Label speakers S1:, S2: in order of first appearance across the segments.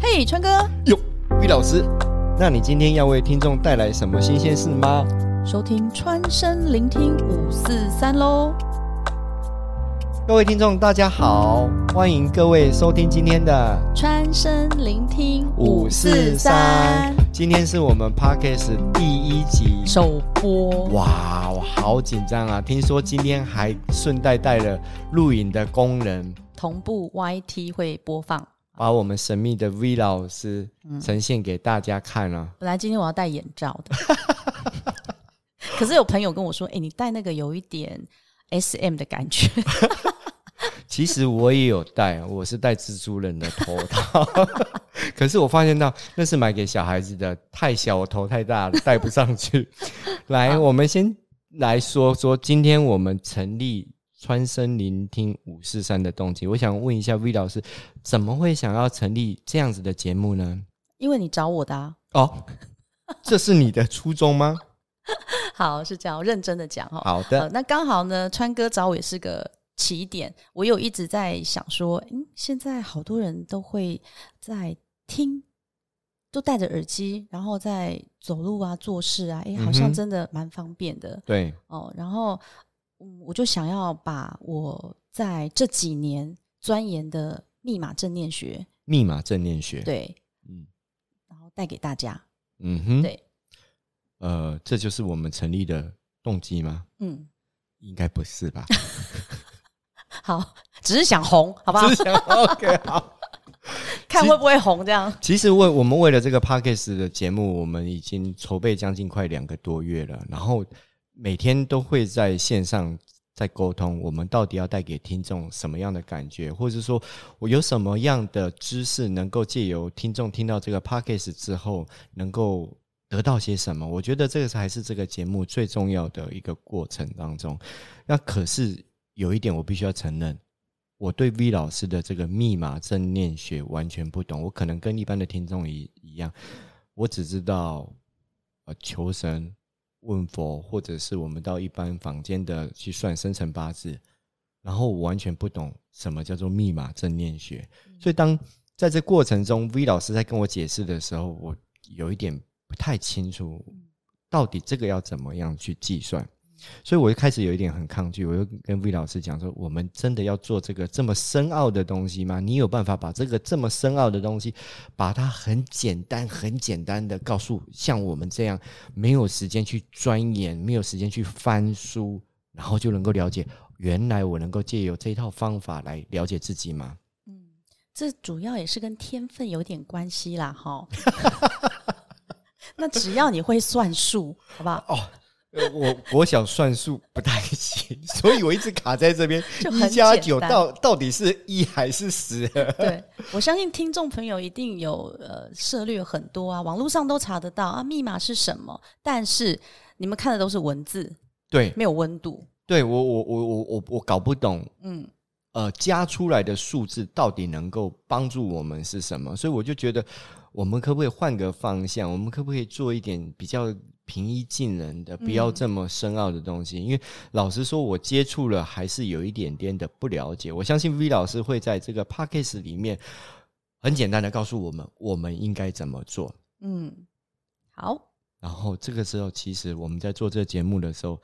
S1: 嘿，川哥，
S2: 哟，于老师，那你今天要为听众带来什么新鲜事吗？
S1: 收听川声聆听五四三喽。
S2: 各位听众，大家好，欢迎各位收听今天的
S1: 川声聆听
S2: 543。今天是我们 podcast 第一集，
S1: 首播，
S2: 哇，我好紧张啊！听说今天还顺带带了录影的工人，
S1: 同步 YT 会播放。
S2: 把我们神秘的 V 老师呈现给大家看啊。
S1: 本来今天我要戴眼罩的， 可是有朋友跟我说：“哎、你戴那个有一点 SM 的感觉。
S2: 其实我也有戴，我是戴蜘蛛人的头套， 可是我发现到那是买给小孩子的，太小，我头太大了，戴不上 去。来，我们先来说说今天我们成立川声聆听五四三的动机。我想问一下 V 老师，怎么会想要成立这样子的节目呢？”
S1: 因为你找我的、啊，
S2: 哦， 这是你的初衷吗？
S1: 好是这样，认真的讲哈。
S2: 好
S1: 呃
S2: 的，
S1: 那刚好呢，川哥找我也是个起点。我有一直在想说，嗯，现在好多人都会在听，都戴着耳机，然后在走路啊、做事啊，诶，好
S2: 嗯
S1: 像
S2: 哼
S1: 真的蛮方便的、
S2: 对，
S1: 哦。然后，嗯，我就想要把我在这几年钻研的密码正念学，
S2: 密码正念学，，
S1: 对，
S2: 嗯
S1: 然后带给大家。
S2: 嗯哼，
S1: 对，
S2: 呃，这就是我们成立的动机吗？
S1: 嗯，
S2: 应该不是吧？
S1: 好，只是想红，好不好
S2: 只？想 OK 好。
S1: 看会不会红这样。
S2: 其实为我们为了这个 podcast 的节目，我们已经筹备将近快两个多月了，然后每天都会在线上在沟通，我们到底要带给听众什么样的感觉，或者说我有什么样的知识能够借由听众听到这个 podcast 之后，能够得到些什么？我觉得这个才是这个节目最重要的一个过程当中。那可是有一点，我必须要承认，我对 V 老师的这个密码正念学完全不懂，我可能跟一般的听众一一样，我只知道呃求神问佛，或者是我们到一般坊间的去算生辰八字，然后我完全不懂什么叫做密码正念学，所以当在这过程中，V 老师在跟我解释的时候，我有一点不太清楚，到底这个要怎么样去计算。所以我就开始有一点很抗拒，我就跟 V 老师讲说：“我们真的要做这个这么深奥的东西吗？你有办法把这个这么深奥的东西，把它很简单、很简单的告诉像我们这样没有时间去钻研、没有时间去翻书，然后就能够了解，原来我能够借由这一套方法来了解自 己吗？
S1: 嗯，这主要也是跟天分有点关系啦，哈。 那只要你会算数，好不好？
S2: 哦，呃我国小算术不太行，所以我一直卡在这边
S1: 就
S2: 一
S1: 很
S2: 加
S1: 简
S2: 九
S1: 单
S2: 到到底是一还 是十？
S1: 对我相信听众朋友一定有呃涉略很多啊，网络上都查得到啊，密码是什么？但是你们看的都是文字，
S2: 对，
S1: 没有温度。
S2: 对我我我我我我搞不懂，
S1: 嗯，
S2: 呃，加出来的数字到底能够帮助我们是什么？所以我就觉得，我们可不可以换个方向？我们可不可以做一点比较平易近人的，不要这么深奥的东西？因为老实说，我接触了还是有一点点的不了解。我相信 V 老师会在这个 p a c k a g e 里面很简单的告诉我们，我们应该怎么做。
S1: 嗯，好，
S2: 然后这个时候，其实我们在做这个节目的时候，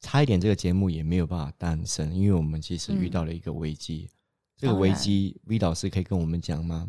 S2: 差一点这个节目也没有办法诞生，因为我们其实遇到了一个危机。这
S1: 嗯
S2: 个
S1: 当
S2: 危
S1: 然
S2: 机，V 老师可以跟我们讲吗？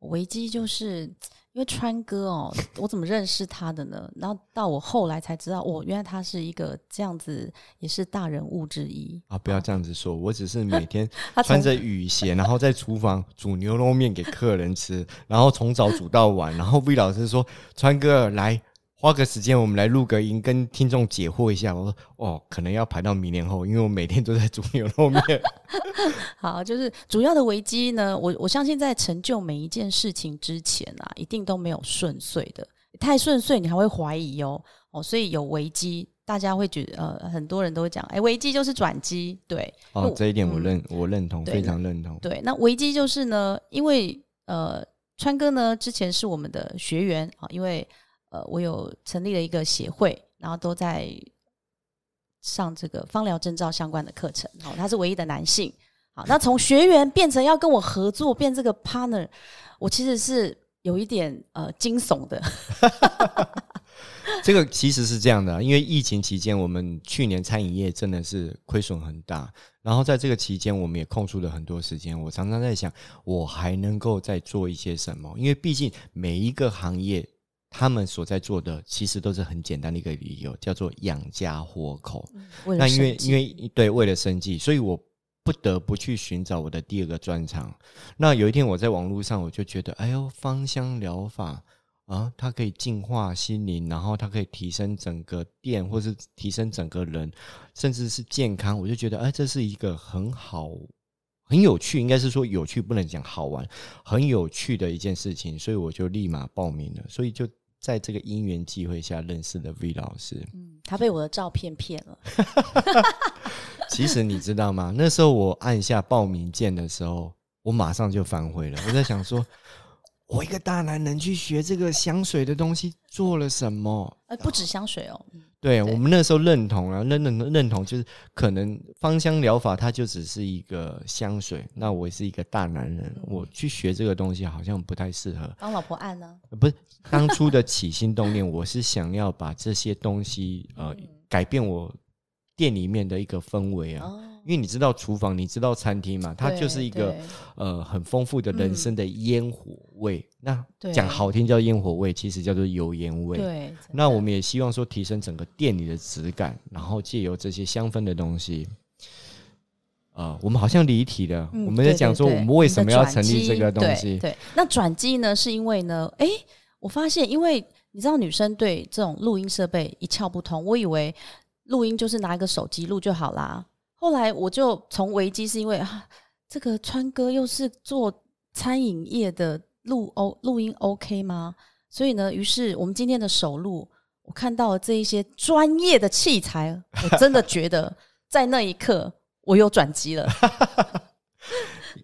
S1: 危机就是因为川哥哦，我怎么认识他的呢？然后到我后来才知道，哦，原来他是一个这样子，也是大人物之一。
S2: 啊，不要这样子说，我只是每天
S1: 他从
S2: 穿着雨鞋，然后在厨房煮牛肉面给客人吃，然后从早煮到晚。然后 V 老师说：“川哥，来花个时间，我们来录个音，跟听众解惑一下。”我说：“哦，可能要排到明年后，因为我每天都在煮牛肉 面。
S1: 好，就是主要的危机呢，我我相信在成就每一件事情之前啊，一定都没有顺遂的，太顺遂你还会怀疑哦，哦，所以有危机，大家会觉得呃，很多人都会讲，哎，危机就是转机，对”
S2: 哦，这一点我
S1: 嗯
S2: 认，我认同，
S1: 对
S2: 非常认同。
S1: 对，那危机就是呢，因为呃，川哥呢之前是我们的学员啊，因为呃，我有成立了一个协会，然后都在上这个芳疗证照相关的课程，哦，他是唯一的男性。好，那从学员变成要跟我合作，变这个 partner，我其实是有一点呃惊悚的。
S2: 这个其实是这样的啊，因为疫情期间，我们去年餐饮业真的是亏损很大，然后在这个期间，我们也空出了很多时间。我常常在想，我还能够再做一些什么？因为毕竟每一个行业，他们所在做的其实都是很简单的一个理由，叫做养家活口。
S1: 为了
S2: 那因为
S1: 生计
S2: 因为对为了生计，所以我不得不去寻找我的第二个专长。那有一天我在网络上，我就觉得，哎呦，芳香疗法啊，它可以净化心灵，然后它可以提升整个店，或是提升整个人，甚至是健康。我就觉得，哎，这是一个很好。很有趣，应该是说有趣，不能讲好玩，很有趣的一件事情，所以我就立马报名了。所以就在这个因缘际会下认识了 V 老师。
S1: 嗯，他被我的照片骗了。
S2: 其实你知道吗？ 那时候我按下报名键的时候，我马上就反悔了。我在想说， 我一个大男人去学这个香水的东西，做了什么？
S1: 呃，不止香水哦，嗯
S2: 对我们那时候认同啊，认认认同，就是可能芳香疗法它就只是一个香水，那我是一个大男人，我去学这个东西好像不太适合。
S1: 帮老婆按啊呢、
S2: 呃不是当初的起心动念，我是想要把这些东西呃改变我店里面的一个氛围啊。
S1: 哦，
S2: 因为你知道厨房，你知道餐厅嘛，它
S1: 对
S2: 就是一个
S1: 对
S2: 呃很丰富的人生的烟火味。那
S1: 对
S2: 讲好听叫烟火味，其实叫做油烟味。
S1: 嗯对，真
S2: 那
S1: 的
S2: 我们也希望说提升整个店里的质感，然后借由这些香氛的东西。呃，我们好像离题了。
S1: 嗯
S2: 我们在讲说
S1: 对
S2: 我
S1: 对对
S2: 们为什么
S1: 我
S2: 要
S1: 们的
S2: 成立这个东
S1: 转
S2: 西
S1: 机对，，对那转机呢，是因为呢，诶，我发现，因为你知道女生对这种录音设备一窍不通，我以为录音就是拿一个手机录就好啦。后来我就从危机是因为啊，这个川哥又是做餐饮业的录哦录音 OK 吗？所以呢，于是我们今天的首录，我看到了这一些专业的器材，我真的觉得在那一刻我有转机了。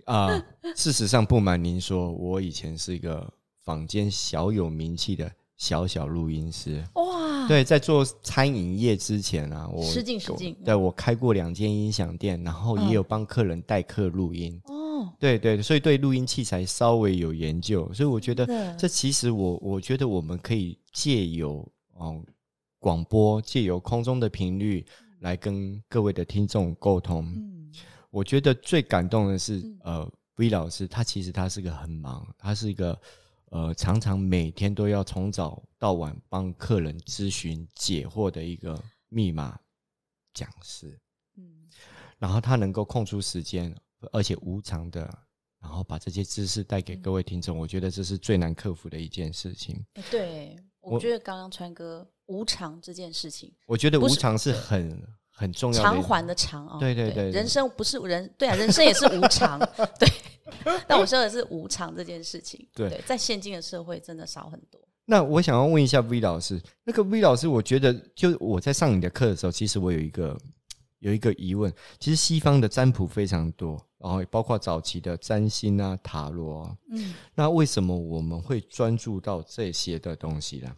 S2: 啊、事实上，不瞒您说，我以前是一个坊间小有名气的小小录音师。
S1: 哇，
S2: 对，在做餐饮业之前啊，我
S1: 失敬失敬
S2: 我对我开过两间音响店，然后
S1: 嗯
S2: 也有帮客人代客录音。
S1: 哦，
S2: 对对，所以对录音器材稍微有研究，所以我觉得
S1: 真的
S2: 这其实我我觉得我们可以借由嗯广播，借由空中的频率来跟各位的听众沟通。
S1: 嗯，
S2: 我觉得最感动的是，
S1: 嗯
S2: 呃，V 老师他其实他是个很忙，他是一个呃常常每天都要从早到晚帮客人咨询解惑的一个密码讲师，
S1: 嗯
S2: 然后他能够空出时间，而且无偿的，然后把这些知识带
S1: 嗯
S2: 给各位听众，我觉得这是最难克服的一件事情。
S1: 哎对，我
S2: 我
S1: 觉得刚刚川哥无偿这件事情，
S2: 我觉得
S1: 不
S2: 无
S1: 是
S2: 偿是很很重要的一
S1: 偿
S2: 个，
S1: 还的偿啊、哦，
S2: 对对对对
S1: 人生不是人，对啊，人生也是无常， 对。但我说的是无常这件事情，
S2: 对
S1: 在现今的社会真的少很多。
S2: 那我想要问一下 V 老师，那个 V 老师，我觉得就我在上你的课的时候，其实我有一个有一个疑问。其实西方的占卜非常多，然后也包括早期的占星啊、塔罗、啊，
S1: 嗯，
S2: 那为什么我们会专注到这些的东西呢？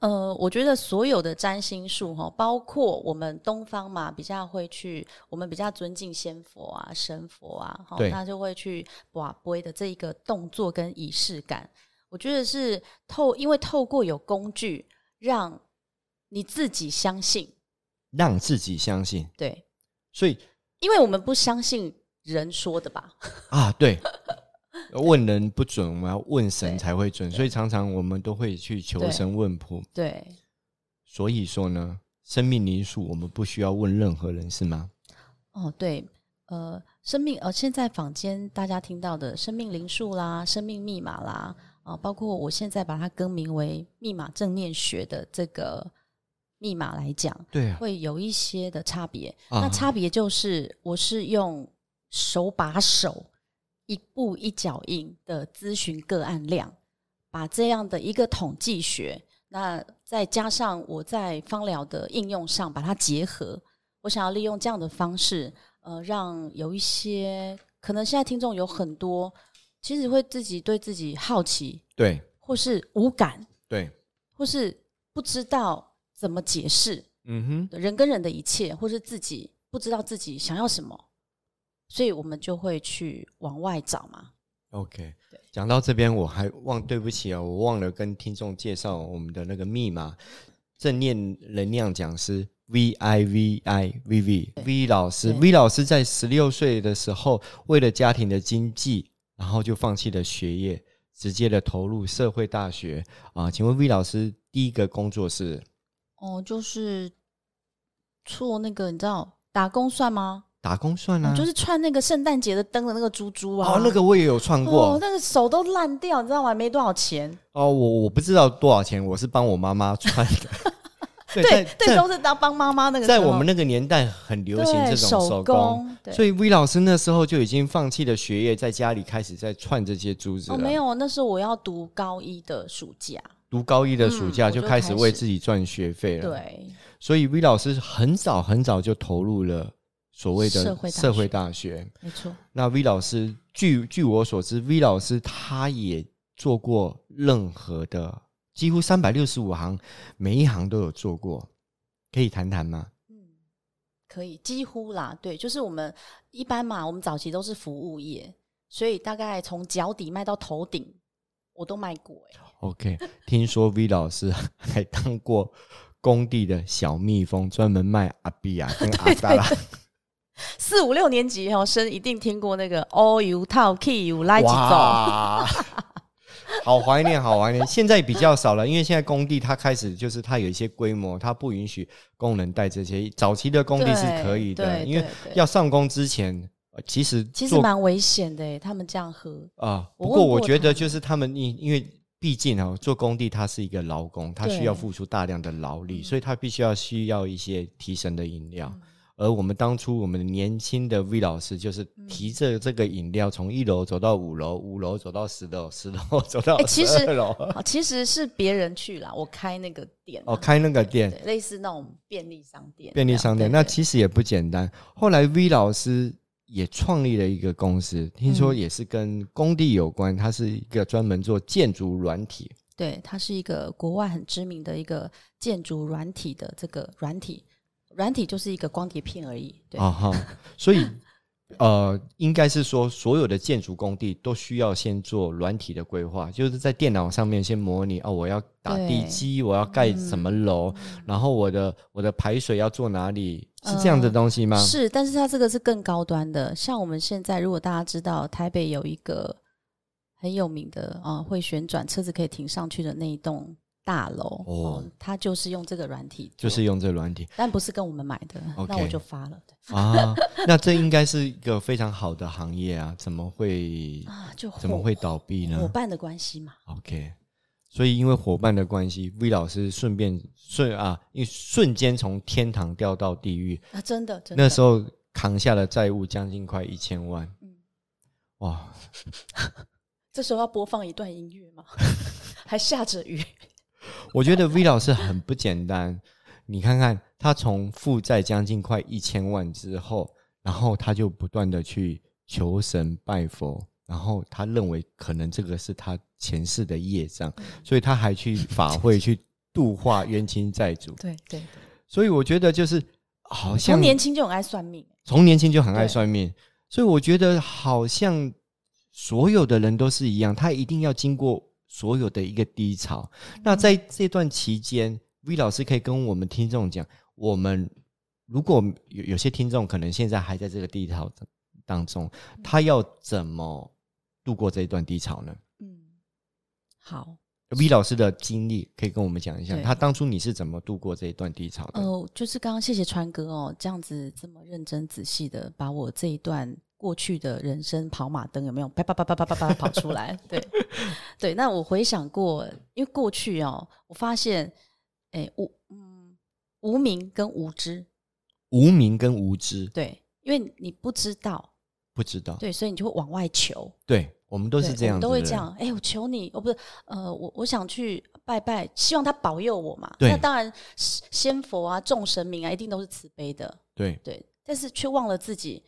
S1: 呃，我觉得所有的占星术哈，包括我们东方嘛，比较会去，我们比较尊敬仙佛啊、神佛啊，哈，
S2: 对
S1: 他就会去把杯的这一个动作跟仪式感，我觉得是透，因为透过有工具，让你自己相信，
S2: 让自己相信，
S1: 对，
S2: 所以
S1: 因为我们不相信人说的吧，
S2: 啊，对，问人不准，我们要问神才会准，所以常常我们都会去求
S1: 对
S2: 神问卜。
S1: 对，
S2: 所以说呢，生命灵数我们不需要问任何人，是吗？
S1: 哦，对，呃，生命呃，现在坊间大家听到的生命灵数啦、生命密码啦，啊、包括我现在把它更名为密码正念学的这个密码来讲，
S2: 对啊，
S1: 会有一些的差别。
S2: 啊
S1: 那差别就是，我是用手把手、一步一脚印的咨询个案量，把这样的一个统计学，那再加上我在芳疗的应用上把它结合，我想要利用这样的方式，呃，让有一些可能现在听众有很多，其实会自己对自己好奇，
S2: 对
S1: 或是无感，
S2: 对，
S1: 或是不知道怎么解释。
S2: 嗯哼。
S1: 人跟人的一切，或是自己不知道自己想要什么，所以我们就会去往外找嘛。
S2: OK，讲到这边我还忘，对不起啊、哦，我忘了跟听众介绍我们的那个密码，正念能量讲师 V I V I V V V 老师
S1: 对
S2: ，V 老师在十六岁的时候，为了家庭的经济，然后就放弃了学业，直接的投入社会大学啊。请问 V 老师第一个工作是
S1: 哦，就是做那个你知道打工算吗？
S2: 打工算啊？
S1: 哦就是串那个圣诞节的灯的那个珠珠啊。
S2: 哦，那个我也有串过
S1: 哦，那个手都烂掉，你知道吗？没多少钱。
S2: 哦，我我不知道多少钱，我是帮我妈妈串的。 对
S1: 对
S2: 在，
S1: 那
S2: 在
S1: 时候是当帮妈妈那个时
S2: 在
S1: 候，
S2: 我们那个年代很流行
S1: 对
S2: 这种
S1: 手
S2: 工，
S1: 工，对。
S2: 所以 V 老师那时候就已经放弃了学业，在家里开始在串这些珠子了。
S1: 哦，没有，那是我要读高一的暑假，
S2: 读高一的暑
S1: 嗯
S2: 假
S1: 我
S2: 就
S1: 就开
S2: 开始为
S1: 始
S2: 自己赚学费了。，
S1: 对，
S2: 所以 V 老师很早很早就投入了所谓
S1: 社
S2: 的
S1: 会大学
S2: 社会大学。
S1: 没错，
S2: 那 V 老师，据据我所知，V 老师他也做过任何的，几乎三百六十五行，每一行都有做过，可以谈谈吗？
S1: 嗯，可以，几乎啦，对，就是我们一般嘛，我们早期都是服务业，所以大概从脚底卖到头顶，我都卖过、欸，
S2: OK，听说 V 老师还当过工地的小蜜蜂，专门卖阿比亚跟阿达拉。
S1: 四五六年级哦，生一定听过那个哦 all you talk you 来几种，
S2: 哇，好怀念，好怀念。现在比较少了，因为现在工地它开始就是它有一些规模，它不允许工人带这些。早期的工地是可以的，
S1: 对
S2: 因为
S1: 对对
S2: 要上工之前，呃其实
S1: 其实
S2: 做
S1: 蛮危险的、欸，他们这样喝，
S2: 啊，
S1: 我
S2: 不
S1: 问
S2: 过我
S1: 过
S2: 觉
S1: 他
S2: 得
S1: 们
S2: 就是他们因因为毕竟哦，做工地它是一个劳工，他需要
S1: 对
S2: 付出大量的劳力，
S1: 嗯
S2: 所以他必须要需要一些提神的饮料。而我们当初我们年轻的 V 老师就是
S1: 嗯
S2: 提着这个饮料从一楼走到五楼，五楼走到十楼，十楼 走到
S1: 哎
S2: 十
S1: 其实
S2: 二楼。
S1: 啊其实是别人去啦，我开那个店、啊，
S2: 哦，开那个店
S1: 对，，类似那种便利商店这样，
S2: 便利商店，
S1: 对
S2: 那
S1: 对
S2: 其实也不简单。后来 V 老师也创立了一个公司，听说
S1: 嗯
S2: 也是跟工地有关，它是一个专门做建筑软体。
S1: 对，它是一个国外很知名的一个建筑软体的这个软体，软体就是一个光碟片而已。对，
S2: 啊哈，所以呃，应该是说所有的建筑工地都需要先做软体的规划，就是在电脑上面先模拟哦，我要打地
S1: 对嗯
S2: 基，我要盖什么楼，然后我的我的排水要做哪里，是这样的
S1: 呃
S2: 东西吗？
S1: 是，但是它这个是更高端的。像我们现在，如果大家知道台北有一个很有名的啊、呃会旋转车子可以停上去的那一栋大楼，
S2: 哦
S1: 哦、它就是用这个软体
S2: 就
S1: 做，
S2: 是用这软体
S1: 但不是跟我们买的，那
S2: OK
S1: 我就发了对
S2: 啊，那这应该是一个非常好的行业啊，怎么会
S1: 啊，就
S2: 嗯怎么
S1: 伙
S2: 会倒闭呢？
S1: 伙伴的关系嘛？
S2: OK，所以因为伙伴的关系，V 老师顺便顺啊，一瞬间从天堂掉到地狱。
S1: 啊，真的，真的
S2: 那时候扛下了债务将近快一千万，
S1: 嗯
S2: 哇！
S1: 这时候要播放一段音乐吗？ 还下着雨。
S2: 我觉得 V 老师很不简单。你看看他从负债将近快一千万之后，然后他就不断的去求神拜佛，然后他认为可能这个是他前世的业障，
S1: 嗯
S2: 所以他还去法会去度化冤亲债主。
S1: 对对，
S2: 所以我觉得就是好像
S1: 从年轻就很爱算命，
S2: 从年轻就很爱
S1: 对
S2: 算命，所以我觉得好像所有的人都是一样，他一定要经过所有的一个低潮。
S1: 嗯
S2: 那在这段期间，V 老师可以跟我们听众讲，我们如果有有些听众可能现在还在这个低潮当中，
S1: 嗯
S2: 他要怎么度过这一段低潮呢
S1: 嗯，好，
S2: ？V 老师的经历可以跟我们讲一下，
S1: 对
S2: 他当初你是怎么度过这一段低潮的？
S1: 呃，就是刚刚谢谢川哥哦，这样子这么认真仔细的把我这一段过去的人生跑马灯有没有叭叭叭叭叭叭叭跑出来？ 对对，那我回想过，因为过去哦，我发现，哎，无嗯无名跟无知，
S2: 无名跟无知，
S1: 对，因为你不知道，
S2: 不知道。
S1: 对，所以你就会往外求。
S2: 对，我们都
S1: 对
S2: 是这样
S1: 我们
S2: 子的
S1: 都会
S2: 人，
S1: 这样。哎、我求你，哦，不是，呃，我我想去拜拜，希望他保佑我嘛。
S2: 对
S1: 那当然，是仙佛啊，众神明啊，一定都是慈悲的，
S2: 对，
S1: 对。但是却忘了自己，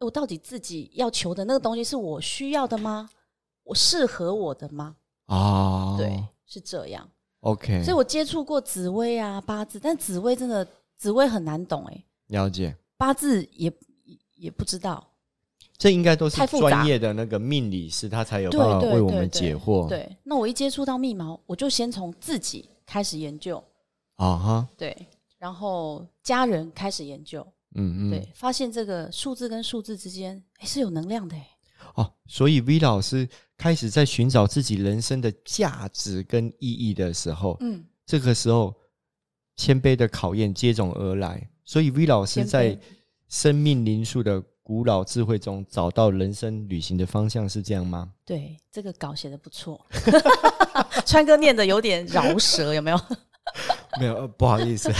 S1: 我到底自己要求的那个东西是我需要的吗？我适合我的吗？
S2: 哦，
S1: 对，是这样。
S2: ，OK，
S1: 所以我接触过紫薇啊、八字，但紫薇真的紫薇很难懂哎、
S2: 了解。
S1: 八字也也也不知道。
S2: 这应该都是
S1: 太复杂
S2: 专业的那个命理师，他才有
S1: 对
S2: 办法
S1: 对
S2: 为
S1: 对
S2: 我
S1: 对
S2: 们解惑。
S1: 对，那我一接触到密码，我就先从自己开始研究，
S2: 啊哈，
S1: 对，然后家人开始研究，
S2: 嗯嗯，
S1: 对，发现这个数字跟数字之间诶是有能量的诶，
S2: 哦，所以 V 老师开始在寻找自己人生的价值跟意义的时候，
S1: 嗯，
S2: 这个时候谦卑的考验接踵而来。所以 V 老师
S1: 谦卑
S2: 在生命灵数的古老智慧中找到人生旅行的方向，是这样吗？
S1: 对，这个稿写的不错， 川哥念的有点饶舌，有没有？
S2: 没有、呃不好意思，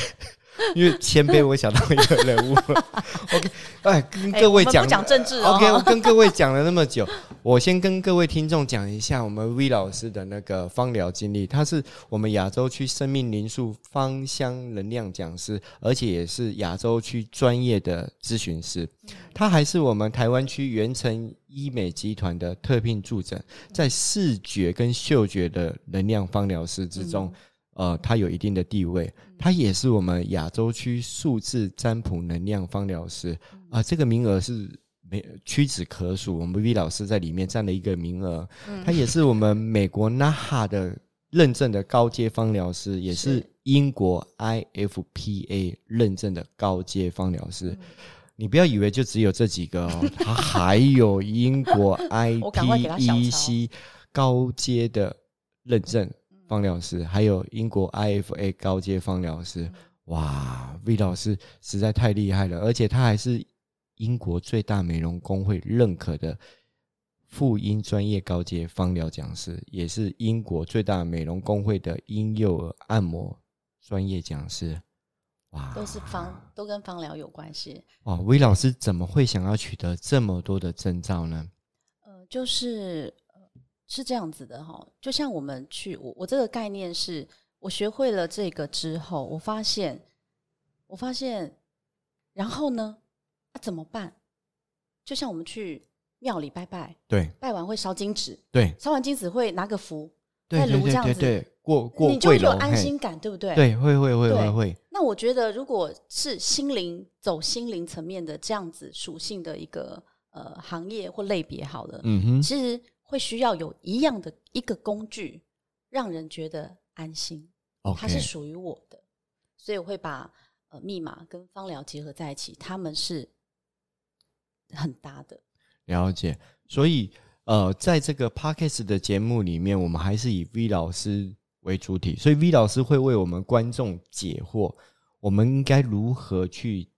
S2: 因为谦卑，我想到一个人物。OK，哎，跟
S1: 诶
S2: 各位
S1: 我们
S2: 讲、
S1: 不讲政治哦
S2: OK，我跟各位讲了那么久，我先跟各位听众讲一下我们 V 老师的那个芳疗经历。他是我们亚洲区生命灵数芳香能量讲师，而且也是亚洲区专业的咨询师。他还是我们台湾区元成医美集团的特聘助诊，在视觉跟嗅觉的能量芳疗师之中。呃，他有一定的地位，他也是我们亚洲区数字占卜能量芳疗师
S1: 嗯
S2: 啊、这个名额是没屈指可数，我们 V 老师在里面占了一个名额，
S1: 嗯
S2: 他也是我们美国 NAHA 的认证的高阶芳疗师，也是
S1: 是
S2: 英国 IFPA 认证的高阶芳疗师。
S1: 嗯
S2: 你不要以为就只有这几个哦，他还有英国
S1: 我赶快给他小抄嗯
S2: IPEC 高阶的认证芳疗师，还有英国 IFA 高阶芳疗师。
S1: 嗯
S2: 哇，V 老师实在太厉害了，而且他还是英国最大美容工会认可的妇婴专业高阶芳疗讲师，也是英国最大美容工会的婴幼儿按摩专业讲师。哇，
S1: 都是芳，都跟芳疗有关系。
S2: 哇，V 老师怎么会想要取得这么多的证照呢？
S1: 呃，就是呃是这样子的哈，就像我们去，我我这个概念是我学会了这个之后，我发现，我发现，然后呢，啊怎么办？就像我们去庙里拜拜，
S2: 对
S1: 拜完会烧金纸，
S2: 对
S1: 烧完金纸会拿个符，
S2: 对
S1: 在
S2: 对
S1: 炉这
S2: 对
S1: 样
S2: 对
S1: 子
S2: 对，过过
S1: 你就
S2: 贵
S1: 有
S2: 楼，
S1: 安
S2: 嘿
S1: 心感，对不对？。
S2: 对，会会会会
S1: 对
S2: 会，
S1: 那我觉得，如果是心灵走心灵层面的这样子属性的一个呃行业或类别，好了，
S2: 嗯哼，
S1: 其实会需要有一样的一个工具，让人觉得安心，它
S2: OK，
S1: 是属于我的，所以我会把呃密码跟芳疗结合在一起，他们是很搭的。
S2: 了解。所以呃，在这个 podcast 的节目里面，我们还是以 V 老师为主体，所以 V 老师会为我们观众解惑，我们应该如何去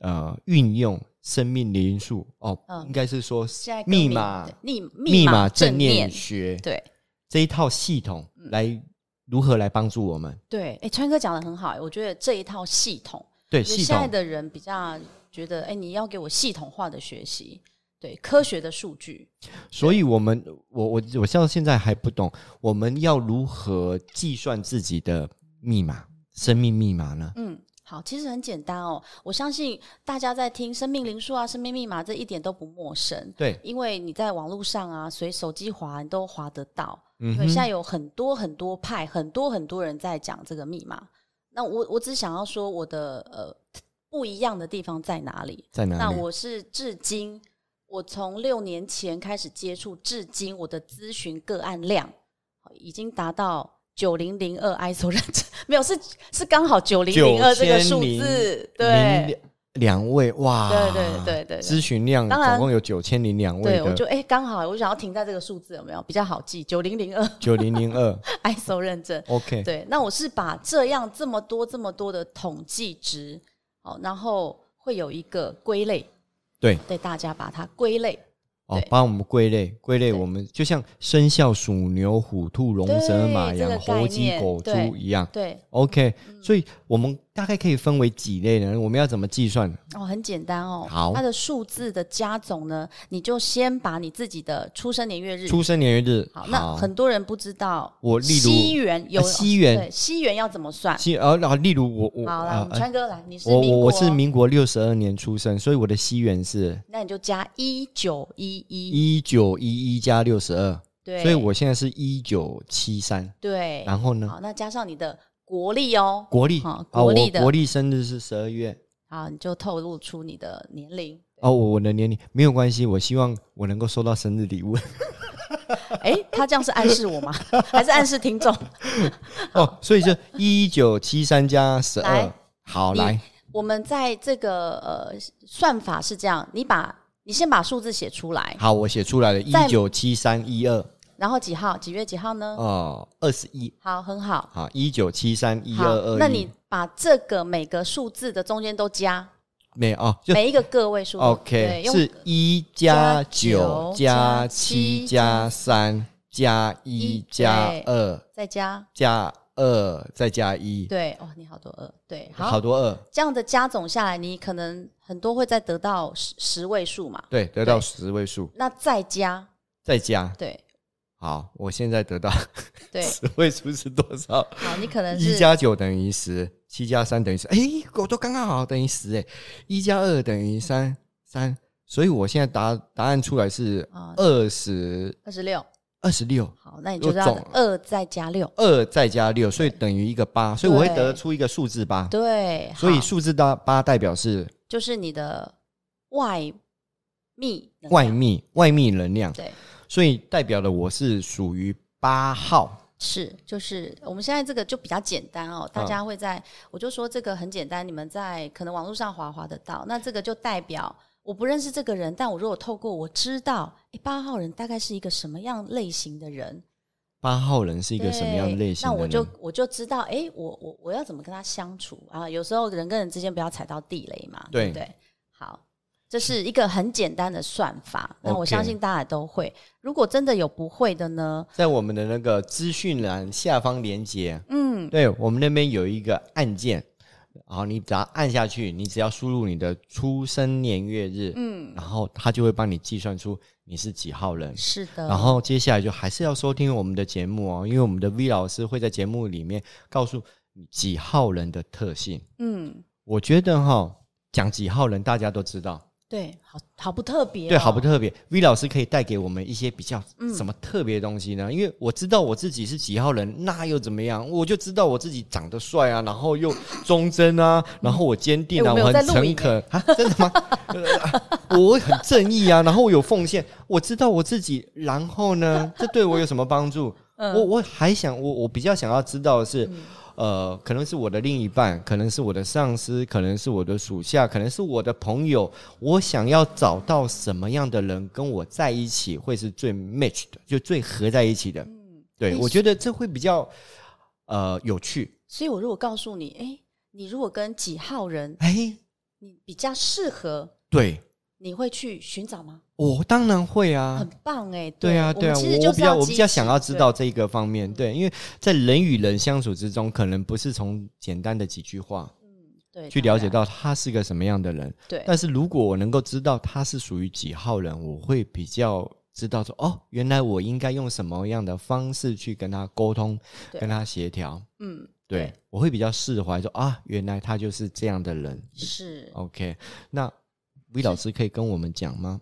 S2: 呃运用生命灵数哦，
S1: 嗯
S2: 应该是说
S1: 现在更
S2: 密
S1: 明
S2: 码
S1: 对密
S2: 密
S1: 码
S2: 码正
S1: 念
S2: 念学
S1: 对嗯
S2: 这一套系统来如何来帮助我们？
S1: 对，哎，川哥讲的很好，我觉得这一套系统，
S2: 对
S1: 我觉得
S2: 系
S1: 现在
S2: 统，
S1: 的人比较觉得，哎，你要给我系统化的学习，对科学的数据，
S2: 所以我们我我我到现在还不懂，我们要如何计算自己的密码、生命密码呢？
S1: 嗯，好，其实很简单哦。我相信大家在听生命灵数啊、生命密码这一点都不陌生，
S2: 对，
S1: 因为你在网络上啊，随手机滑你都滑得到。
S2: 嗯
S1: 因为现在
S2: 哼，
S1: 有很多很多派，很多很多人在讲这个密码。那我我只想要说我的呃不一样的地方在哪里？
S2: 在哪里？
S1: 那我是至今，我从六年前开始接触，至今我的咨询个案量已经达到九零零二 ISO 认证，没有是是刚好九零零二这个数字，
S2: 您
S1: 对
S2: 两两位哇，
S1: 对对对对对
S2: 咨询量
S1: 当然
S2: 总共有九千零两位
S1: 对，我就
S2: 啊的
S1: 哎刚、好我想要停在这个数字有没有比较好记？九零零二
S2: 九零零二
S1: ISO 认证，
S2: ，OK，
S1: 对，那我是把这样这么多这么多的统计值，哦，然后会有一个归类，
S2: 对
S1: 对大家把它归类，
S2: 哦
S1: 对，
S2: 帮我们归类归类，
S1: 对
S2: 我们就像生肖属牛、虎、兔、龙、蛇、马、
S1: 对
S2: 羊、
S1: 这个
S2: 猴、
S1: 概
S2: 鸡、
S1: 念
S2: 狗、
S1: 对嗯
S2: 猪一样。
S1: 对，
S2: OK，所以我们大概可以分为几类呢？我们要怎么计算？
S1: 哦，很简单哦。
S2: 好
S1: 它的数字的加总呢，你就先把你自己的出生年月日。
S2: 出生年月日。
S1: 嗯好，那很多人不知道，
S2: 我例如
S1: 西元有
S2: 啊西元
S1: 对西元要怎么算？
S2: 西呃，啊例如我我
S1: 好
S2: 啊
S1: 啦，我们
S2: 呃
S1: 川哥来，你是
S2: 我
S1: 民
S2: 我
S1: 国，哦
S2: 我是民国六十二年出生，所以我的西元是
S1: 那你就加一九一一，
S2: 一九一一加六十二，
S1: 对，
S2: 所以我现在是一九七三。
S1: 对，
S2: 然后呢，
S1: 好，那加上你的国历哦，
S2: 国历
S1: 好
S2: 啊，
S1: 国
S2: 我
S1: 历的
S2: 国历生日是十二月
S1: 好，你就透露出你的年龄。
S2: 哦，我我的年龄没有关系，我希望我能够收到生日 礼物
S1: 哎、他这样是暗示我吗？ 还是暗示听众？
S2: 哦，所以就一九七三加十二
S1: 来，
S2: 好
S1: 你
S2: 来，
S1: 我们在这个呃算法是这样，你把你先把数字写出来，
S2: 好，我写出来了，一
S1: 在
S2: 九七三一二，
S1: 然后几号？几月几号呢？
S2: 哦，二十一，
S1: 好，很好。
S2: 好，一九七三一
S1: 好
S2: 二二，
S1: 那你把这个每个数字的中间都加，
S2: 没有哦，就
S1: 每一个个位数对
S2: OK，
S1: 用
S2: 是一加九
S1: 九
S2: 加
S1: 加
S2: 七
S1: 七
S2: 加三加一
S1: 一
S2: 加
S1: 对
S2: 二
S1: 再加，
S2: 加二再加一，
S1: 对哦，你好多二，对，好，
S2: 好多二，
S1: 这样的加总下来，你可能很多会再得到十十位数嘛，
S2: 对，得到十位数，
S1: 那再加，
S2: 再加。
S1: 对
S2: 好，我现在得到
S1: 对，
S2: 十位数是多 少？
S1: 好，你可能
S2: 一
S1: 是
S2: 加九等于十，七加三等于十。哎，我都刚刚好等于十哎，一加二等于三，三。所以我现在答答案出来是
S1: 啊
S2: 二十
S1: 二十六，
S2: 二十六。
S1: 好，那你
S2: 我
S1: 就要
S2: 总
S1: 二再加六，
S2: 二再加六，所以等于一个八，所以我会
S1: 对
S2: 得出一个数字八。
S1: 对，
S2: 所以
S1: 好
S2: 数字八八代表是
S1: 就是你的外密能量
S2: 外密外密能量，
S1: 对
S2: 所以代表了我是属于八号。
S1: 是，就是我们现在这个就比较简单哦，
S2: 嗯
S1: 大家会在，我就说这个很简单，你们在可能网络上滑滑得到，那这个就代表我不认识这个人，但我如果透过我知道，诶八号人大概是一个什么样类型的人，
S2: 八号人是一个什么样
S1: 对
S2: 类型
S1: 那
S2: 的
S1: 我
S2: 人？
S1: 就我就知道，诶，我我我要怎么跟他相处啊？有时候人跟人之间不要踩到地雷嘛，对不
S2: 对
S1: 对？好。这是一个很简单的算法，那我
S2: OK
S1: 相信大家都会。如果真的有不会的呢，
S2: 在我们的那个资讯栏下方连接，
S1: 嗯，
S2: 对我们那边有一个按键，然后你只要按下去，你只要输入你的出生年月日，嗯，然后它就会帮你计算出你是几号人。
S1: 是的。
S2: 然后接下来就还是要收听我们的节目哦，因为我们的 V 老师会在节目里面告诉你几号人的特性。
S1: 嗯，
S2: 我觉得哈、讲几号人大家都知道，
S1: 对，好好不特别、哦
S2: 对，好不。特别。V 老师可以带给我们一些比较什么特别的东西呢？因为我知道我自己是几号人，那又怎么样？我就知道我自己长得帅啊，然后又忠贞啊，然后我坚定啊，
S1: 哎诶我没有
S2: 很
S1: 在录
S2: 诚
S1: 影
S2: 恳啊，真的吗？ 呃啊我很正义啊，然后我有奉献，我知道我自己，然后 呢，这对我有什么帮助？
S1: 嗯
S2: 我我还想，我我比较想要知道的是，
S1: 嗯
S2: 呃，可能是我的另一半，可能是我的上司，可能是我的属下，可能是我的朋友，我想要找到什么样的人跟我在一起会是最 match 的，就最合在一起的。对，
S1: 但
S2: 我
S1: 是
S2: 觉得这会比较呃有趣。
S1: 所以我如果告诉你，哎、你如果跟几号人，
S2: 哎，
S1: 你比较适合，
S2: 对
S1: 你会去寻找吗？
S2: 我当然会啊，
S1: 很棒哎、
S2: 对啊，
S1: 我
S2: 对
S1: 们
S2: 啊，
S1: 其实
S2: 我
S1: 就
S2: 我
S1: 是
S2: 比较我
S1: 积
S2: 比较想
S1: 极
S2: 要知道这一个方面，对，因为在人与人相处之中，可能不是从简单的几句话
S1: 对对
S2: 去
S1: 当
S2: 了解
S1: 然
S2: 到他是个什么样的人，
S1: 对
S2: 但是如果我能够知道他是属于几号人，我会比较知道说，哦，原来我应该用什么样的方式去跟他沟通，
S1: 对
S2: 跟他协调，
S1: 嗯
S2: 对
S1: 对
S2: 我会比较释怀说，啊，原来他就是这样的人。
S1: 是
S2: OK，那 V 老师可以跟我们讲吗？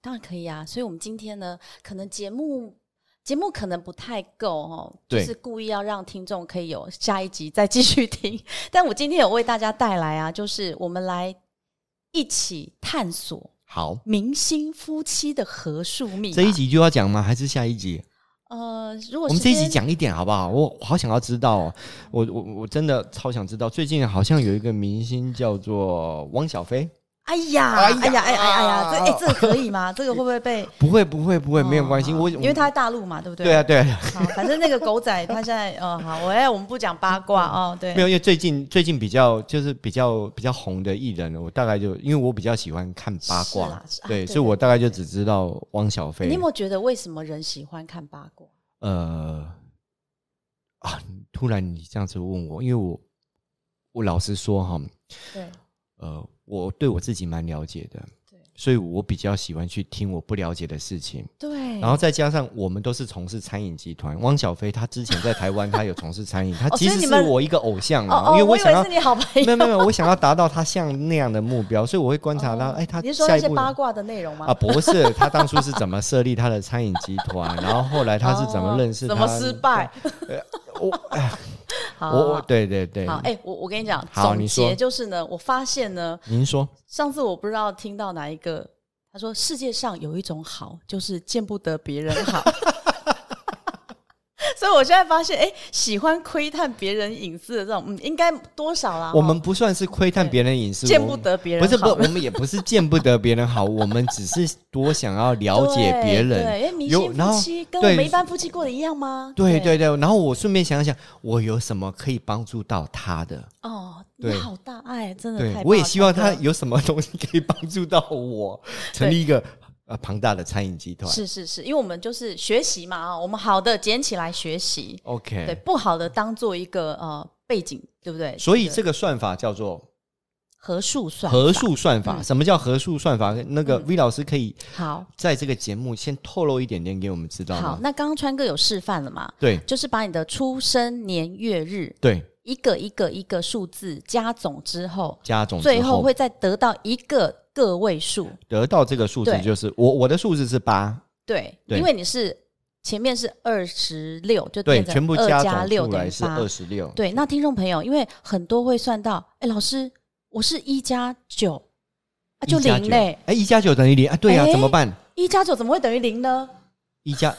S1: 当然可以啊。所以我们今天呢，可能节目。节目可能不太够哦，就
S2: 对
S1: 是故意要让听众可以有下一集再继续听。 但我今天有为大家带来啊，就是我们来一起探索
S2: 好，
S1: 明星夫妻的合数密码。
S2: 这一集就要讲吗？还是下一集？
S1: 呃，如果
S2: 我们
S1: 时
S2: 这一集
S1: 间
S2: 讲一点好不好？我我好想要知道哦，我我我真的超想知道。最近好像有一个明星叫做汪小菲，
S1: 哎呀，
S2: 哎
S1: 哎
S2: 呀
S1: 呀，哎呀，哎呀，这哎，这个可以 吗？这个会不会被？
S2: 不会不会不会，没有关系，
S1: 哦
S2: 我
S1: 因为他在大陆嘛，对不对？
S2: 对啊。对啊，
S1: 好，反正那个狗仔他现在，哦，好，我哎，我们不讲八 卦哦，对
S2: 没。有，因为最近最近比较就是比较比较红的艺人，我大概就因为我比较喜欢看八
S1: 是
S2: 卦
S1: 啦是，啊
S2: 对，
S1: 对
S2: 所以我大概就只知道汪小菲。
S1: 你有没有觉得为什么人喜欢看八卦？
S2: 呃啊，突然你这样子问我，因为我我老实说哈，
S1: 对，
S2: 呃，我对我自己蛮了解的，
S1: 对
S2: 所以我比较喜欢去听我不了解的事情。
S1: 对。
S2: 然后再加上我们都是从事餐饮集团，汪小菲他之前在台湾他有从事餐饮，他
S1: 哦
S2: 其
S1: 所以
S2: 实
S1: 你
S2: 是
S1: 们
S2: 我一个偶像啊，
S1: 哦哦，
S2: 因为
S1: 我以
S2: 想
S1: 为
S2: 要
S1: 是你好朋
S2: 没
S1: 友。
S2: 有没有没有，我想要达到他像那样的目标，所以我会观察他，哎、他
S1: 哦你是说
S2: 下
S1: 那
S2: 一
S1: 些
S2: 步
S1: 八卦的内容吗？
S2: 啊，不是，他当初是怎么设立他的餐饮集团，然后后来他是怎么认识
S1: 哦
S2: 他，
S1: 怎么失败？
S2: 我哎
S1: 好，
S2: 我我
S1: 好
S2: 对对对，
S1: 好，哎、我我跟你讲，
S2: 好
S1: 总
S2: 你
S1: 结
S2: 说
S1: 就是呢，我发现呢，
S2: 您说
S1: 上次我不知道听到哪一个，他说世界上有一种好，就是见不得别人好。 所以我现在发现，哎、喜欢窥探别人隐私的这种，嗯，应该多少啦？
S2: 我
S1: 哈
S2: 们不算是窥探
S1: 对
S2: 别人隐私，
S1: 见
S2: 我
S1: 不
S2: 们
S1: 得别人
S2: 不是不，
S1: 好
S2: 我们也不是见不得别人好，我们只是多想要了解
S1: 对，
S2: 别人。
S1: 对哎，明
S2: 有
S1: 星
S2: 然
S1: 夫
S2: 后
S1: 妻跟我
S2: 对
S1: 们一般夫妻过得一样吗？
S2: 对对对，然后我顺便想想，我有什么可以帮助到他的？
S1: 哦，你
S2: 对
S1: 好大爱，真的太
S2: 对
S1: 棒，了
S2: 我也希望他
S1: 超哥
S2: 有什么东西可以帮助到 我，成立一个呃庞大的餐饮集团。
S1: 是是是，因为我们就是学习嘛啊，我们好的捡起来学习，对
S2: OK，
S1: 不好的当做一个呃背景，对不对？
S2: 所以这个算法叫做
S1: 合数算法
S2: 合数算
S1: 嗯
S2: 法。什么叫合数算法？那个 V 老师可以
S1: 好
S2: 在这个节目先透露一点点给我们知道
S1: 好
S2: 吗，？
S1: 那刚刚川哥有示范了嘛？
S2: 对
S1: 就是把你的出生年月日
S2: 对，
S1: 一个一个一个数字加总之后，
S2: 加总之
S1: 最后
S2: 后
S1: 会再得到一个个位数。
S2: 得到这个数字
S1: 对
S2: 就是我我的数字是八，
S1: 对，
S2: 对
S1: 因为你是前面是二十六，就
S2: 对，
S1: 变成
S2: 全部
S1: 二加
S2: 总
S1: 六
S2: 出
S1: 等
S2: 来
S1: 于
S2: 是
S1: 八
S2: 二。十六。
S1: 对，那听众朋友，因为很多会算到，哎，老师，我是一加九，啊，就
S2: 一加
S1: 零
S2: 九
S1: 嘞。
S2: 哎，一加九等于零啊？对呀、
S1: 哎
S2: 怎么办？
S1: 一加九怎么会等于零呢？
S2: 一加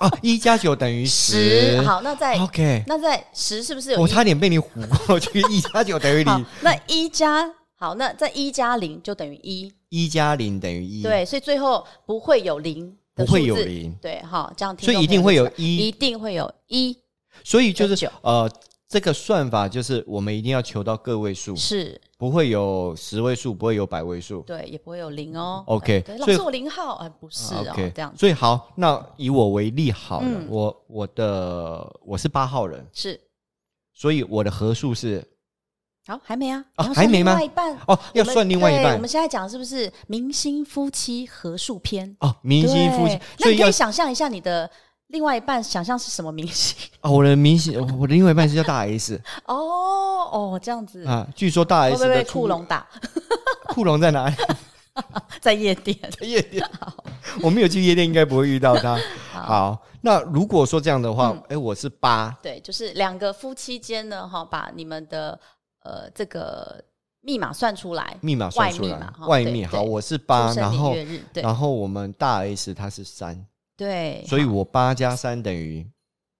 S2: 啊，一加九等于
S1: 十
S2: 十。。
S1: 好，那在、
S2: ，OK，哦
S1: 那在十是不是有
S2: 我
S1: 一
S2: 差点被你唬过去。一加九等 于
S1: 好
S2: 零，？
S1: 那一加好，那在一加零就等于一，
S2: 一加零等于一。，
S1: 对，所以最后不会有零的
S2: 不
S1: 数字，
S2: 会有零，
S1: 对，好，这样听
S2: 所
S1: 众
S2: 以
S1: 朋友
S2: 一定会有
S1: 就知道，
S2: 一
S1: 一。定会有一，
S2: 所以就
S1: 跟
S2: 是
S1: 九
S2: 呃，这个算法就是我们一定要求到个位数，
S1: 是
S2: 不会有十位数，不会有百位数。
S1: 对，也不会有零哦。
S2: OK，
S1: 对，老
S2: 所以啊
S1: 师我零号，哎，不是哦
S2: OK，
S1: 这样子
S2: 所以好，那以我为例好了，
S1: 嗯
S2: 我我的我是八号人，
S1: 是
S2: 所以我的合数是
S1: 好，还没啊，
S2: 哦
S1: 你要
S2: 还
S1: 算
S2: 没吗
S1: 另外一半
S2: 哦，要
S1: 我们
S2: 算另外一
S1: 对
S2: 半
S1: 我们现在讲的是不是明星夫妻合数篇？
S2: 哦，明星夫妻
S1: 对，那
S2: 所以
S1: 你可
S2: 要
S1: 以想象一下你的另外一半，想象是什么明星？
S2: 哦，我的明星，我的另外一半是叫大 S
S1: 哦哦，这样子。
S2: 啊，据说大
S1: 会
S2: S
S1: 不会被
S2: 的
S1: 库龙打？
S2: 库龙在 哪里？
S1: 在夜店，
S2: 夜店， 我没有去夜店，应该不会遇到 他。好，那如果说这样的
S1: 嗯
S2: 话，哎，我是八，
S1: 对，就是两个夫妻间呢，哈，把你们的呃这个密码算出来，
S2: 密码算
S1: 外
S2: 出
S1: 密
S2: 来
S1: 嘛，哈
S2: 外
S1: 对
S2: 密好，
S1: 对
S2: 我是
S1: 出
S2: 八，然
S1: 生年
S2: 后
S1: 月日，对
S2: 然后我们大 S 她是三，
S1: 对，
S2: 所以我八加三等于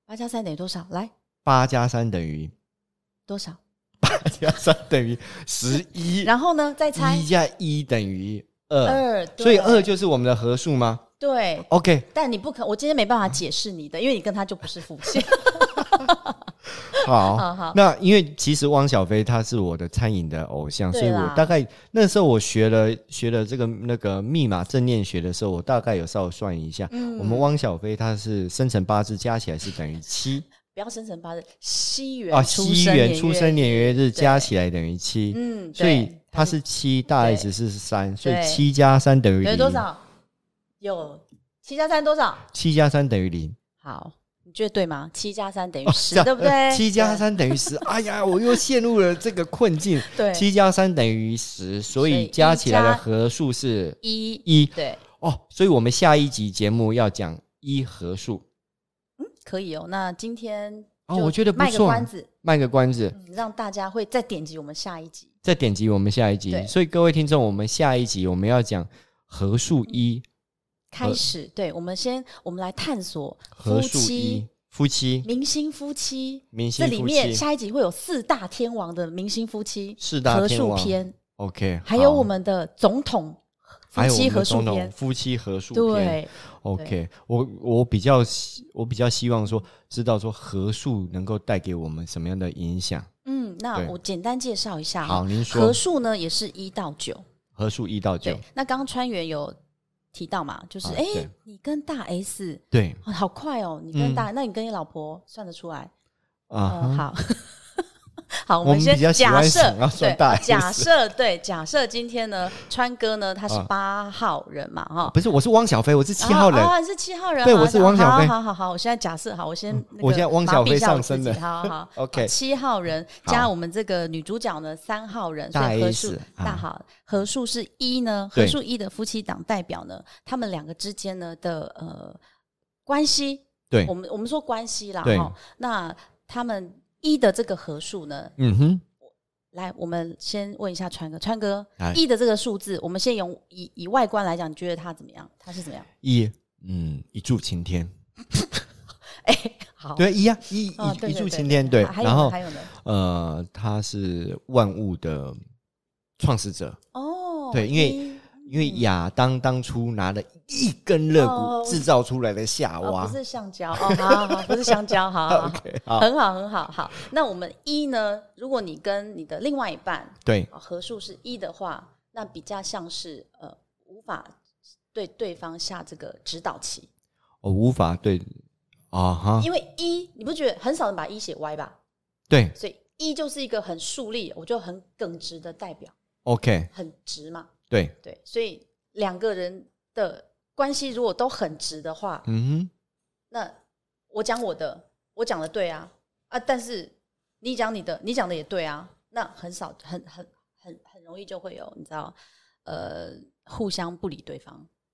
S1: 八加三等于多少？来
S2: 八加三等于
S1: 多少？
S2: 八加三等于十一，
S1: 然后呢，再猜
S2: 一加一等于二，
S1: 二，对
S2: 所以二就是我们的合数吗
S1: 对。
S2: ？OK，
S1: 但你不可，我今天没办法解释你的，因为你跟他就不是夫 妻。
S2: 好，
S1: 好好
S2: 那因为其实汪小菲他是我的餐饮的偶像，
S1: 对
S2: 所以
S1: 啦
S2: 我大概那时候我学了学了这个那个密码正念学的时候，我大概有稍微算一下，
S1: 嗯
S2: 我们汪小菲他是生辰八字加起来是等于七
S1: 不要生辰八字，西元
S2: 啊，
S1: 出
S2: 西
S1: 生
S2: 元
S1: 年
S2: 出
S1: 月
S2: 生
S1: 日
S2: 年月日加起来等于七，
S1: 嗯，
S2: 所以
S1: 对
S2: 他是七，大
S1: 对
S2: S 是三，所以
S1: 对
S2: 七加三等于
S1: 等于
S2: 零，
S1: 多？少？有七加三多少？
S2: 七加三等于零，
S1: 好，你觉得对吗？七加三等于十、
S2: 这样
S1: 对不对？
S2: 哦 七加三等于十，哎呀，我又陷入了这个困境。
S1: 对
S2: 七加三等于十，所
S1: 所以
S2: 以加起来
S1: 一
S2: 的
S1: 加
S2: 合数是
S1: 一，
S2: 一
S1: 对，
S2: 哦。所以我们下一集节目要讲一合数，
S1: 可以哦。那今天
S2: 哦
S1: 就
S2: 我觉得不
S1: 卖个
S2: 错
S1: 关子，
S2: 卖个关子，
S1: 嗯让大家会再点击我们下一集。
S2: 再点击我们下一集
S1: 对。
S2: 所以各位听众，我们下一集我们要讲合数一、
S1: 开始，对，我们先，我们来探索夫
S2: 合数一
S1: 妻、、
S2: 夫妻、
S1: 明星夫妻。
S2: 明
S1: 这
S2: 星
S1: 里
S2: 夫
S1: 面
S2: 妻、
S1: 下一集会有四大天王的明星夫妻
S2: 四大
S1: 合
S2: 天
S1: 数
S2: 王。
S1: 篇，
S2: OK，
S1: 还有
S2: 好
S1: 我们的总统夫
S2: 还有我
S1: 妻
S2: 们
S1: 合数
S2: 总统
S1: 篇，
S2: 夫妻合数篇。
S1: 对，
S2: OK，我我比较希我比较希望说，知道说合数能够带给我们什么样的影响。
S1: 嗯，那
S2: 对
S1: 我简单介绍一下哈
S2: 好，您
S1: 合
S2: 说
S1: 数呢也是一到九，
S2: 合数一到九
S1: 对，，那刚刚川原有提到嘛，就是
S2: 啊
S1: 哎、诶
S2: 对
S1: 你跟大 S
S2: 对
S1: 哦好快哦，你跟大，那你跟你老婆算得出来？
S2: 啊
S1: 嗯，
S2: 哈，
S1: 好， 好，
S2: 我
S1: 们
S2: 们
S1: 先
S2: 比较喜
S1: 假
S2: 欢
S1: 设
S2: 想要，算大 S
S1: 假设对，假设今天呢，川哥呢他是八号人嘛，哈。
S2: 不是，我是汪小菲，我是哦七号人
S1: 啊，，啊你是七号人啊，
S2: 对我是汪小菲嗯
S1: 好好好好，我现在假设好，我先那个
S2: 我现在汪小菲
S1: 麻痹一下我
S2: 上身
S1: 自己
S2: 了
S1: 好好好
S2: OK
S1: 七号人
S2: 好
S1: 加我们这个女主角呢，三号人，所
S2: 大
S1: 以合数
S2: S，啊
S1: 大好合数是一呢，合
S2: 对
S1: 数一的夫妻档代表呢，他们两个之间呢的呃关系，
S2: 对
S1: 我们我们说关系啦，
S2: 对
S1: 哈，那他们一的这个合数呢，
S2: 嗯哼，
S1: 来，我们先问一下川哥，川哥
S2: 来
S1: 一的这个数字，我们先用以以外观来讲，你觉得它怎么样？它是怎么 样？
S2: 一，嗯，一柱擎天，
S1: 哎、好，
S2: 对，一呀，啊一
S1: 哦，对
S2: 一
S1: 对
S2: 一柱
S1: 对
S2: 擎天，对。
S1: 还有
S2: 然
S1: 呢
S2: 后
S1: 还有呢，
S2: 呃，他是万物的创始者，
S1: 哦，
S2: 对因为
S1: 一
S2: 因为亚当当初拿了一根肋
S1: 哦
S2: 骨制造出来的夏
S1: 哦，
S2: 娃
S1: 不，是啊橡胶哦，好好好，不是香蕉，好好好
S2: OK，好
S1: 很好很好好。那我们一呢？如果你跟你的另外一半
S2: 对，
S1: 啊合数是一的话，那比较像是呃无法对对方下这个指导棋，
S2: 我哦无法对啊哈，
S1: 因为一你不觉得很少人把一写歪吧？
S2: 对
S1: 所以一就是一个很树立，我就很耿直的代表，
S2: ，OK，
S1: 很直嘛，
S2: 对，
S1: 对。所以两个人的关系如果都很直的话，
S2: 嗯
S1: 那我讲我的，我讲的对啊啊，但是你讲你的，你讲的也对啊，那很少，很很很很容易就会有，你知道，呃，互相不理对方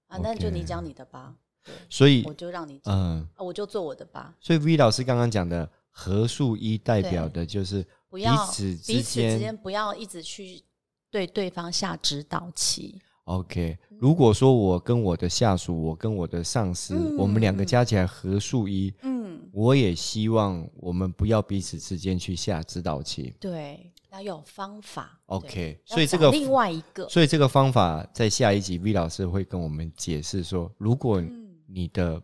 S1: 啊，那就
S2: OK
S1: 你讲你的吧，
S2: 哼，所以
S1: 我就让你讲，
S2: 嗯、
S1: 啊我就做我的吧，
S2: 所以 V 老师刚刚讲的合数一代表的就是
S1: 不
S2: 彼
S1: 要
S2: 此
S1: 彼此之
S2: 之
S1: 间
S2: 间。
S1: 不要一直去对对方下指导棋，
S2: OK，如果说我跟我的下属，我跟我的上司，
S1: 嗯
S2: 我们两个
S1: 嗯
S2: 加起来合数一，
S1: 嗯，
S2: 我也希望我们不要彼此之间去下指导棋。
S1: 对，要有方法对
S2: OK，
S1: 要
S2: 所以这
S1: 找
S2: 个
S1: 另外一个，
S2: 所以这个方法在下一集 V 老师会跟我们解释说，如果
S1: 嗯
S2: 你的、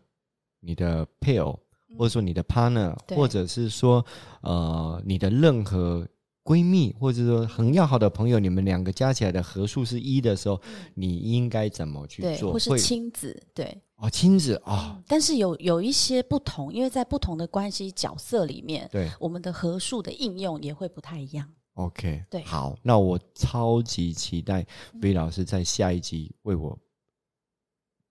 S2: 你的配偶，或者说你的 partner，、
S1: 对
S2: 或者是说呃你的任何闺蜜，或者说很要好的朋友，你们两个加起来的合数是一的时候，你应该怎么去
S1: 嗯对，
S2: 做？
S1: 或是亲嗯子，对，
S2: 哦，亲子啊、
S1: 但是有有一些不同，因为在不同的关系角色里面，
S2: 对
S1: 我们的合数的应用也会不太一样。
S2: ，OK，
S1: 对嗯
S2: 好，那我超级期待 V 老师在下一集为我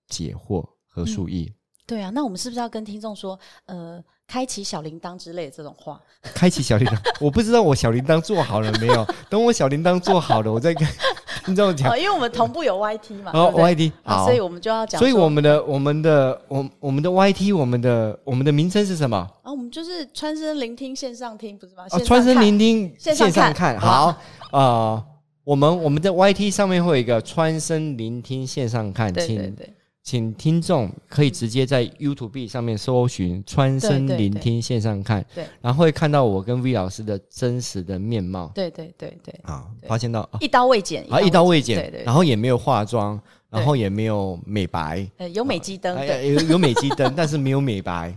S2: 解惑
S1: 嗯
S2: 合数一。
S1: 对啊，那我们是不是要跟听众说，呃，开启小铃铛之类的这种 话？
S2: 开启小铃铛，我不知道我小铃铛做好了没有。等我小铃铛做好了，我再跟 听众讲
S1: 哦，。因为我们同步有 YT 嘛，
S2: 哦
S1: 对不对
S2: ，YT
S1: 啊
S2: 好
S1: 所以，我们就要讲说，
S2: 所以我们的、我们的、我我们的 YT，我们的我们的名称是什么？
S1: 啊，我们就是穿身聆听，线上听，不是吗？
S2: 啊，
S1: 哦线上
S2: 穿身
S1: 看
S2: 聆听
S1: 线上看
S2: 看。好，呃，我们我们的 YT 上面会有一个穿身聆听线上看，
S1: 对对
S2: 请
S1: 对，
S2: 请听众可以直接在 YouTube 上面搜寻“穿身
S1: 对对
S2: 聆听线上看”，
S1: 对
S2: 然后会看到我跟 V 老师的真实的面貌。
S1: 对对对对，
S2: 啊，
S1: 对
S2: 发现到啊，
S1: 一刀未剪，
S2: 啊，一刀未
S1: 对
S2: 剪
S1: 对，对
S2: 然后也没有化妆，
S1: 对
S2: 然后也没有美白，
S1: 呃有美肌灯，
S2: 哎
S1: 对
S2: 有有美肌灯， 但是没有美白，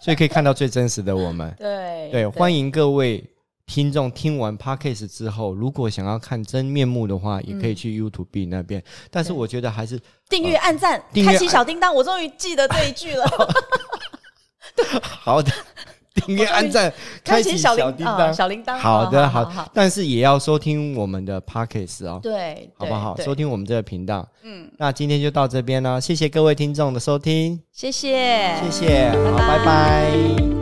S2: 所以可以看到最真实的我们。
S1: 对
S2: 哎对，欢
S1: 迎
S2: 迎各位听众听完 podcast 之后，如果想要看真面目的话，也可
S1: 嗯
S2: 以去 YouTube 那边。但是我觉得还是
S1: 订阅、按赞、
S2: 哦订阅
S1: 开启小叮当，我终于记得这一句了。
S2: 好的，订阅、按赞、
S1: 开
S2: 开
S1: 启
S2: 启
S1: 小
S2: 小
S1: 铃
S2: 叮
S1: 啊
S2: 当。
S1: 小铃铛。
S2: 好的，
S1: 好
S2: 好，，但是也要收听我们的 podcast 哦，
S1: 对，
S2: 好不好？
S1: 对
S2: 收听我们这个频道。
S1: 嗯，
S2: 那今天就到这边啦，谢谢各位听众的收听。
S1: 谢谢，
S2: 谢谢，好，
S1: 拜拜
S2: 拜拜